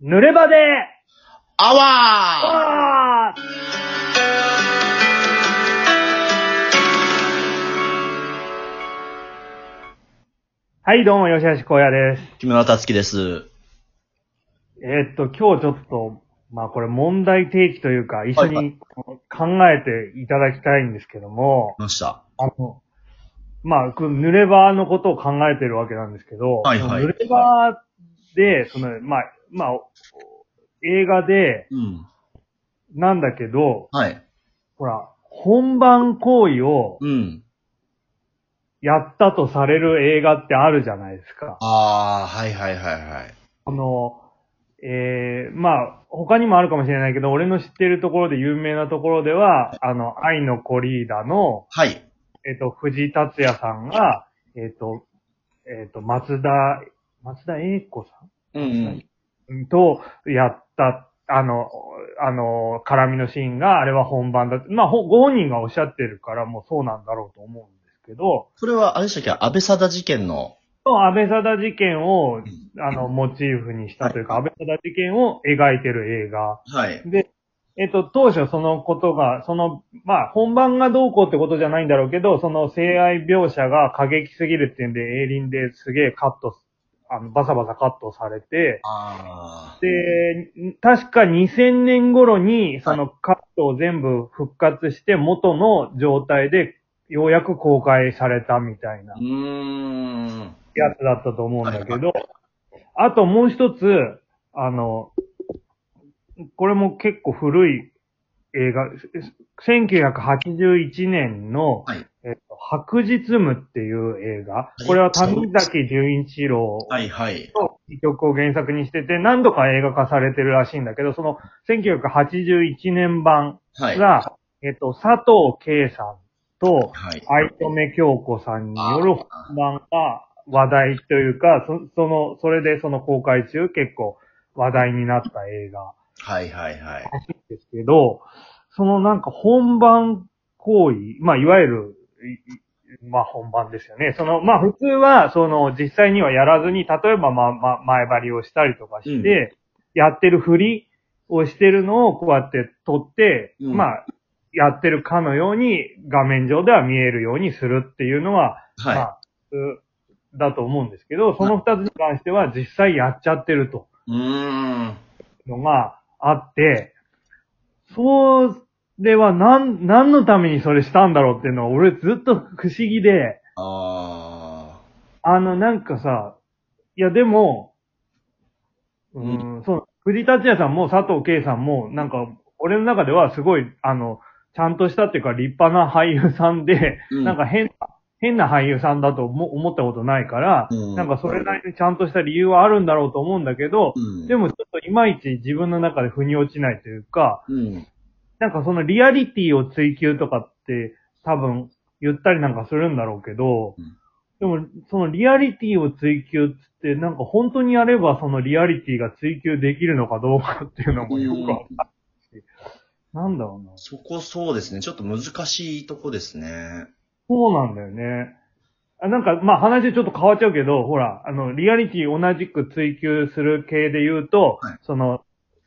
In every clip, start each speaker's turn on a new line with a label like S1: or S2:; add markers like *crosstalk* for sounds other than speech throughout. S1: 濡れ場で、
S2: アワ
S1: あーはい、どうも、吉橋光也です。
S2: ー木村達樹です。
S1: えーっと、今日ちょっと、まあこれ問題提起というか、一緒
S2: は
S1: に考えていただきたいんですけども、
S2: ました。
S1: あの、まあ、この濡れ場のことを考えてるわけなんですけど、
S2: はいはい
S1: 濡れ場で、その、まあ、まあ、映画で、
S2: うん。
S1: なんだけど、
S2: はい。
S1: ほら、本番行為を
S2: うん。
S1: やったとされる映画ってあるじゃないですか。
S2: あー、はいはいはいはい。
S1: あの、ええまあ、他にもあるかもしれないけど、俺の知ってるところで有名なところでは、あの、愛のコリーダの、
S2: はい。
S1: えっ、と、藤井達也さんが、えっ、と、えっ、と、松田、松田栄子さ。
S2: うん
S1: んとやった、あの、あの、絡みのシーンが、あれは本番だ。まあ、ほご本人がおっしゃってるから、もうそうなんだろうと思うんですけど、
S2: これは、あれでしたっけ安倍貞事件の。
S1: 安倍貞事件を
S2: ん、
S1: あの、モチーフにしたというか、
S2: は
S1: 安倍貞事件を描いてる映画。
S2: はい。
S1: で、えっと、当初そのことが、その、まあ、本番がどうこうってことじゃないんだろうけど、その性愛描写が過激すぎるっていうんで、エイリンですげえカット、あの、バサバサカットされて、
S2: あ
S1: で、確か2000年頃に、そのカットを全部復活して、元の状態で、ようやく公開されたみたいな
S2: うーん。
S1: やつだったと思うんだけど、あともう一つ、あの、これも結構古い映画、1981年の、
S2: はい
S1: えっと、白日夢っていう映画。これは谷崎潤一郎
S2: はいはい。
S1: の曲を原作にしてて、何度か映画化されてるらしいんだけど、その1981年版
S2: はい。
S1: が、えっと、佐藤圭さんと、
S2: はい。
S1: 愛留京子さんによる本番が話題というか、そその、それでその公開中結構話題になった映画
S2: はいはいはい。
S1: らしいんですけど、そのなんか本番行為、まあいわゆる、いいまあ本番ですよね。その、まあ普通は、その実際にはやらずに、例えばまあまあ前張りをしたりとかして、やってる振りをしてるのをこうやって撮って、
S2: うん
S1: まあやってるかのように画面上では見えるようにするっていうのは、ま
S2: は
S1: あ、普通だと思うんですけど、その二つに関しては実際やっちゃってると
S2: い。うーん。
S1: のがあって、それは何、何のためにそれしたんだろうっていうのは俺ずっと不思議で、
S2: あ
S1: あのなんかさ、いやでも、うーん、そう、藤達也さんも佐藤圭さんも、なんか、俺の中ではすごい、あの、ちゃんとしたっていうか立派な俳優さんで、
S2: うん
S1: なんか変な、変な俳優さんだと思思ったことないから、
S2: うん
S1: なんかそれなりにちゃんとした理由はあるんだろうと思うんだけど
S2: ー。、うん。
S1: でもちょっといまいち自分の中で腑に落ちないというか、
S2: うん。
S1: なんかそのリアリティを追求とかって多分言ったりなんかするんだろうけど、
S2: うん
S1: でもそのリアリティを追求っつってなんか本当にやればそのリアリティが追求できるのかどうかっていうのもよくわかんないし、なんだろうな。
S2: そこそうですね。ちょっと難しいとこですね。
S1: そうなんだよね。あなんか、まあ話ちょっと変わっちゃうけど、ほら、あの、リアリティ同じく追求する系で言うと、
S2: はい
S1: その、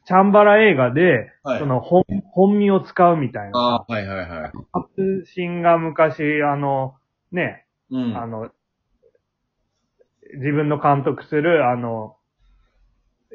S1: チャンバラ映画で、
S2: はい
S1: その本、本身を使うみたいな。
S2: あー、はいはいはい。
S1: 発信が昔、あの、ね、
S2: うん。
S1: あ
S2: は
S1: の、自分の監督する、あの、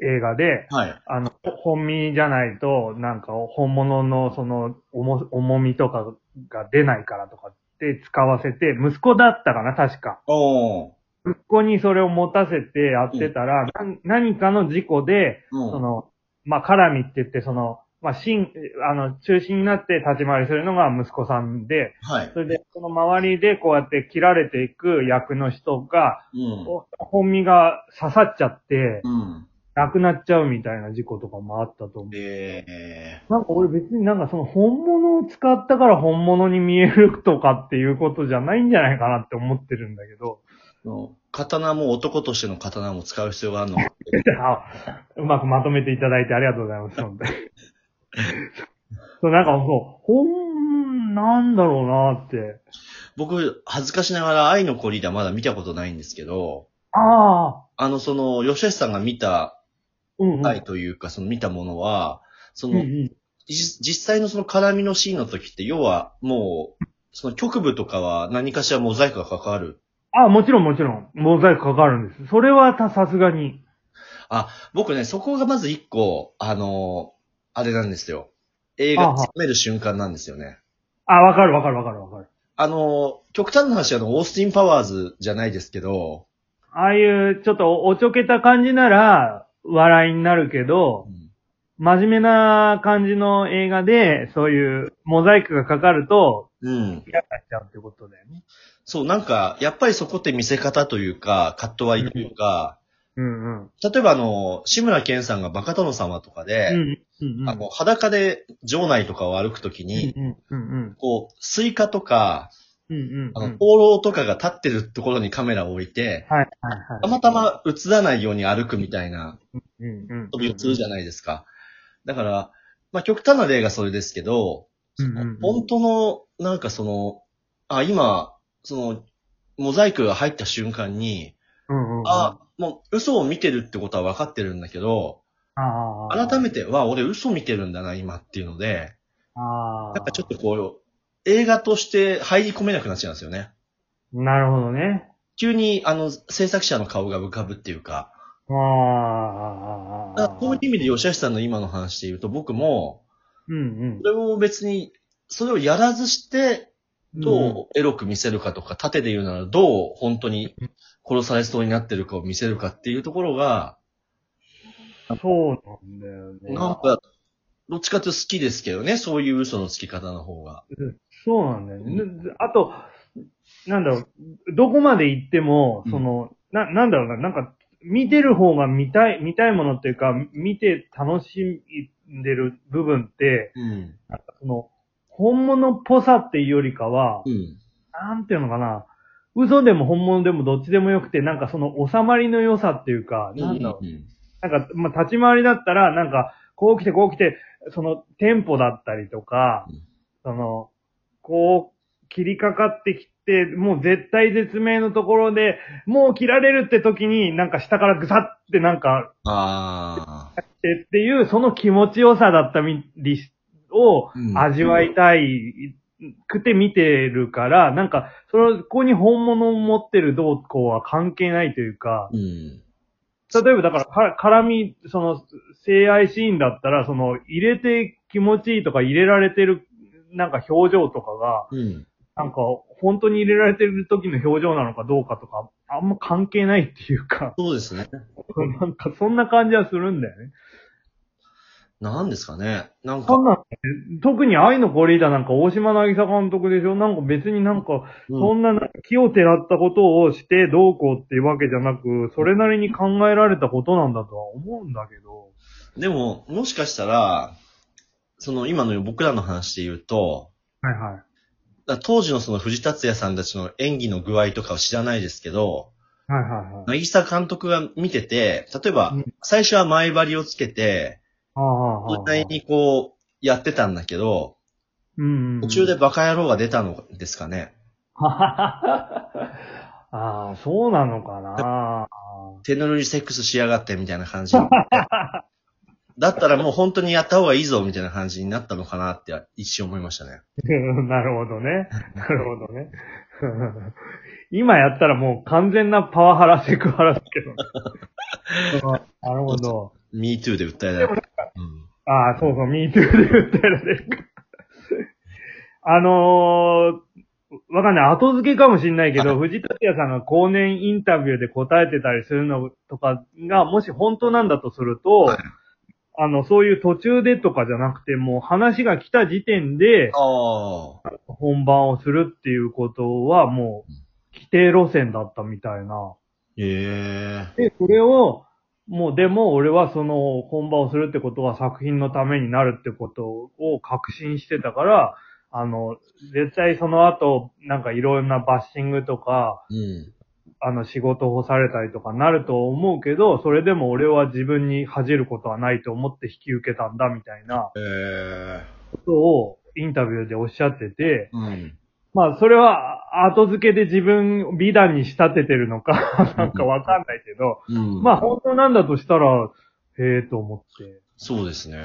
S1: 映画で、
S2: い。
S1: あの、本身じゃないと、なんか本物のその重重みとかが出ないからとかって使わせて、息子だったかな、確か。
S2: おー。
S1: 息子にそれを持たせてやってたら、なん何かの事故で、
S2: うん。
S1: その、まあ、絡みって言って、その、まあ、しん、あの、中心になって立ち回りするのが息子さんで、
S2: はい
S1: そ。れで、その周りでこうやって切られていく役の人が、
S2: うん。
S1: お本身が刺さっちゃって、
S2: うん。
S1: 亡くなっちゃうみたいな事故とかもあったと思う。
S2: え
S1: なんか俺別になんかその本物を使ったから本物に見えるとかっていうことじゃないんじゃないかなって思ってるんだけど、
S2: ー、の刀も男としての刀も使う必要があるの。
S1: あうまくまとめていただいてありがとうございます。本当にそう、なんかそう、ほん、なんだろうなって。
S2: 僕、恥ずかしながら愛の子リーダーまだ見たことないんですけど、
S1: ああ、
S2: あの、その、吉橋さんが見た
S1: ううんうん。
S2: 回というか、その見たものは、そ
S1: うんう
S2: の、
S1: ん。
S2: じ実際のその絡みのシーンの時って、要はもう、その局部とかは何かしらモザイクがかかる。
S1: あ、もちろんもちろん。モザイクかかるんです。それはた、さすがに。
S2: 僕ね、そこがまず一個、あのーあれなんですよ。映画
S1: あは
S2: 詰める瞬間なんですよね。
S1: あ、わかるわかるわかるわかる。
S2: あのー極端な話、あの、オースティン・パワーズじゃないですけど、
S1: ああいう、ちょっとおおちょけた感じなら、笑いになるけど
S2: う、ん
S1: 真面目な感じの映画で、そういうモザイクがかかると、
S2: うん。
S1: 嫌になっちゃうってことだよね。
S2: そう、なんか、やっぱりそこって見せ方というか、カット割りというか、
S1: うんうん。
S2: 例えばあの、志村けんさんがバカ殿様とかで、
S1: うんうんうん。
S2: あの、裸で城内とかを歩くとき
S1: う
S2: に、
S1: んうんうん
S2: こう、スイカとか、
S1: うん。うん
S2: あ
S1: うんう
S2: の、
S1: ん。
S2: 灯籠とかが立ってるところにカメラを置いて、
S1: はいはいはい。
S2: たまたま映らないように歩くみたいな
S1: うんうん。
S2: 飛びをするじゃないですか。だから、まあ、極端な例がそれですけど、
S1: うんうんうん
S2: 本当の、なんかその、あ、今、その、モザイクが入った瞬間に、
S1: うんうん。
S2: あ、もう嘘を見てるってことは分かってるんだけど、
S1: あー
S2: 改めて、わ、俺嘘見てるんだな、今っていうので、
S1: ああ。
S2: なんかちょっとこう、映画として入り込めなくなっちゃうんですよね。
S1: なるほどね。
S2: 急に、あの、制作者の顔が浮かぶっていうか、
S1: あ
S2: だ
S1: あ
S2: から。そういう意味で吉橋さんの今の話で言うと、僕も、
S1: うん
S2: それを別に、それをやらずして、
S1: うん。
S2: どうエロく見せるかとか、縦で言うならどう本当に殺されそうになってるかを見せるかっていうところが、
S1: うんそうなんだよね。
S2: なんか、どっちかというと好きですけどね、そういう嘘のつき方の方が。
S1: そうなんだよね。あと、なんだろう、どこまで行っても
S2: う、ん
S1: その、な、なんだろうな、なんか、見てる方が見たい、見たいものっていうか、見て楽しんでる部分って、
S2: うん。
S1: なんかその、本物っぽさっていうよりかは
S2: う、ん。
S1: なんていうのかな、嘘でも本物でもどっちでもよくて、なんかその収まりの良さっていうか、なんだろう
S2: うん
S1: なんか、まあ、立ち回りだったら、なんか、こう来て、こう来て、その、テンポだったりとか、
S2: うん
S1: その、こう、切りかかってきて、もう絶対絶命のところで、もう切られるって時に、なんか下からぐさってなんか、
S2: ああ。
S1: ってっていう、その気持ちよさだったみ、りしを
S2: うん
S1: 味わいたいくて見てるから、なんか、それここに本物を持ってるどうこうは関係ないというか、
S2: うん。
S1: 例えばだからか、絡み、その、性愛シーンだったら、その、入れて気持ちいいとか入れられてる、なんか表情とかが、
S2: うん。
S1: なんか、本当に入れられてる時の表情なのかどうかとか、あんま関係ないっていうか、 *laughs*
S2: そうですね。
S1: なんかそんな感じはするんだよね。
S2: なんですかね。なんか
S1: そ、んなんね、特に愛のコリーダなんか大島渚監督でしょなんか別になんか、そ
S2: う
S1: ん
S2: ん
S1: な気をてらったことをしてどうこうっていうわけじゃなく、それなりに考えられたことなんだとは思うんだけど、
S2: でも、もしかしたら、その今の僕らの話で言うと、
S1: はいはい。
S2: だから当時のその藤達也さんたちの演技の具合とかを知らないですけど、
S1: はいはいはい。
S2: なぎさ監督が見てて、例えば
S1: うん、
S2: 最初は前張りをつけて、
S1: ああああああ
S2: 実際にこう、やってたんだけど、
S1: うんうん
S2: 途中で。バカ野郎が出たのですかね。
S1: あ *laughs* あ、そうなのかな。 *laughs*
S2: 手ぬるいセックスしやがってみたいな感じ。
S1: *laughs*
S2: だったらもう本当にやった方がいいぞみたいな感じになったのかなって一瞬思いましたね。
S1: なるほどね。なるほどね。 *laughs* 今やったらもう完全なパワハラセクハラだけど
S2: *laughs*
S1: ね。うんなるほど。
S2: MeToo で訴えられた。うん
S1: ああ、そうそう、MeToo で訴えられるか。あのー、わかんない。後付けかもしんないけど、藤田也さんが後年インタビューで答えてたりするのとかが、もし本当なんだとすると、
S2: はい
S1: あの、そういう途中でとかじゃなくて、もう話が来た時点で
S2: ああ。
S1: 本番をするっていうことは、もう、規定路線だったみたいな。
S2: ええ。
S1: で、それを、もうでも俺はその本番をするってことは作品のためになるってことを確信してたから、あの、絶対その後、なんかいろんなバッシングとか、
S2: うん。
S1: あの仕事を干されたりとかなると思うけど、それでも俺は自分に恥じることはないと思って引き受けたんだみたいな
S2: ええ。
S1: ことをインタビューでおっしゃってて、
S2: うん。
S1: まあそれは後付けで自分美 *laughs* 談に仕立ててるのか、なんかわかんないけど、
S2: うん。
S1: まあ本当なんだとしたら、へえと思って。
S2: そうですね。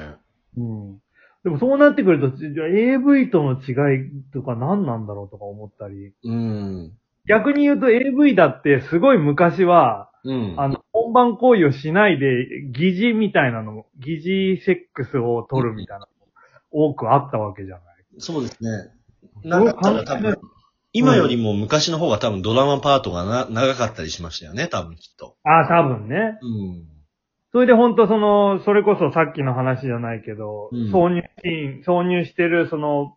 S1: うん。でもそうなってくると、じゃあ AV との違いとか何なんだろうとか思ったり。
S2: うん。
S1: 逆に言うと AV だってすごい昔は、
S2: うん。
S1: あの、本番行為をしないで、疑似みたいなのも、疑似セックスを取るみたいなの多くあったわけじゃない。
S2: そうですね。なんだったら多分、今よりも昔の方が多分ドラマパートがな長かったりしましたよね、多分きっと。
S1: ああ、多分ね。
S2: うん。
S1: それで本当その、それこそさっきの話じゃないけど、
S2: うん
S1: 挿入シーン、挿入してるその、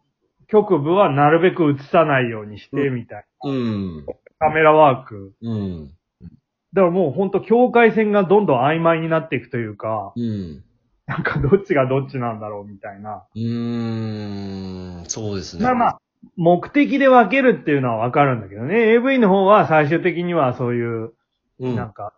S1: 局部はなるべく映さないようにして、みたい
S2: うん。
S1: な。カメラワーク。
S2: うん。
S1: だからもう本当境界線がどんどん曖昧になっていくというか、
S2: うん。
S1: なんかどっちがどっちなんだろうみたいな。
S2: うーん。そうですね。
S1: まあまあ、目的で分けるっていうのはわかるんだけどね。AV の方は最終的にはそういう、
S2: う
S1: なんん。か、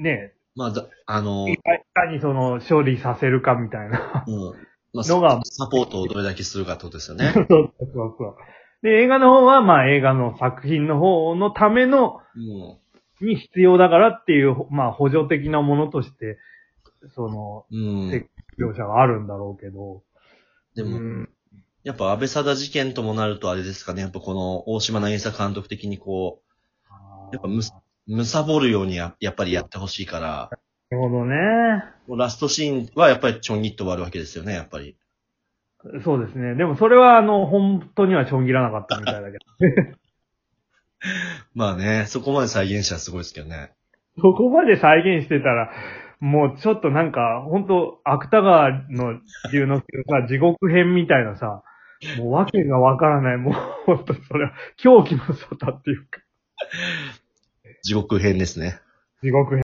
S1: ね
S2: まあ、だあの
S1: え、、いかにその処理させるかみたいな。 *laughs*
S2: うん。まあ、
S1: のが
S2: サポートをどれだけするかってことですよね
S1: そ。うそうそう。で、映画の方は、まあ映画の作品の方のための、
S2: うん。
S1: に必要だからっていう、まあ補助的なものとして、その、
S2: うん。
S1: で描写があるんだろうけど。
S2: で
S1: う
S2: も、
S1: ん
S2: やっぱ安倍貞事件ともなるとあれですかね、やっぱこの大島渚監督的にこやっぱむすう、むさぼるようにややっぱりやってほしいから、
S1: なるほどね。
S2: もうラストシーンはやっぱりちょんぎっと終わるわけですよね、やっぱり。
S1: そうですね。でもそれはあの、本当にはちょん切らなかったみたいだけど。
S2: まあね、そこまで再現したらすごいですけどね。
S1: *laughs* そこまで再現してたら、もうちょっとなんか、本当芥川の龍之介のさ、地獄編みたいなさ、もう訳がわからない、もう本当それは狂気の沙汰っていうか、
S2: 地獄編ですね。
S1: 地獄編。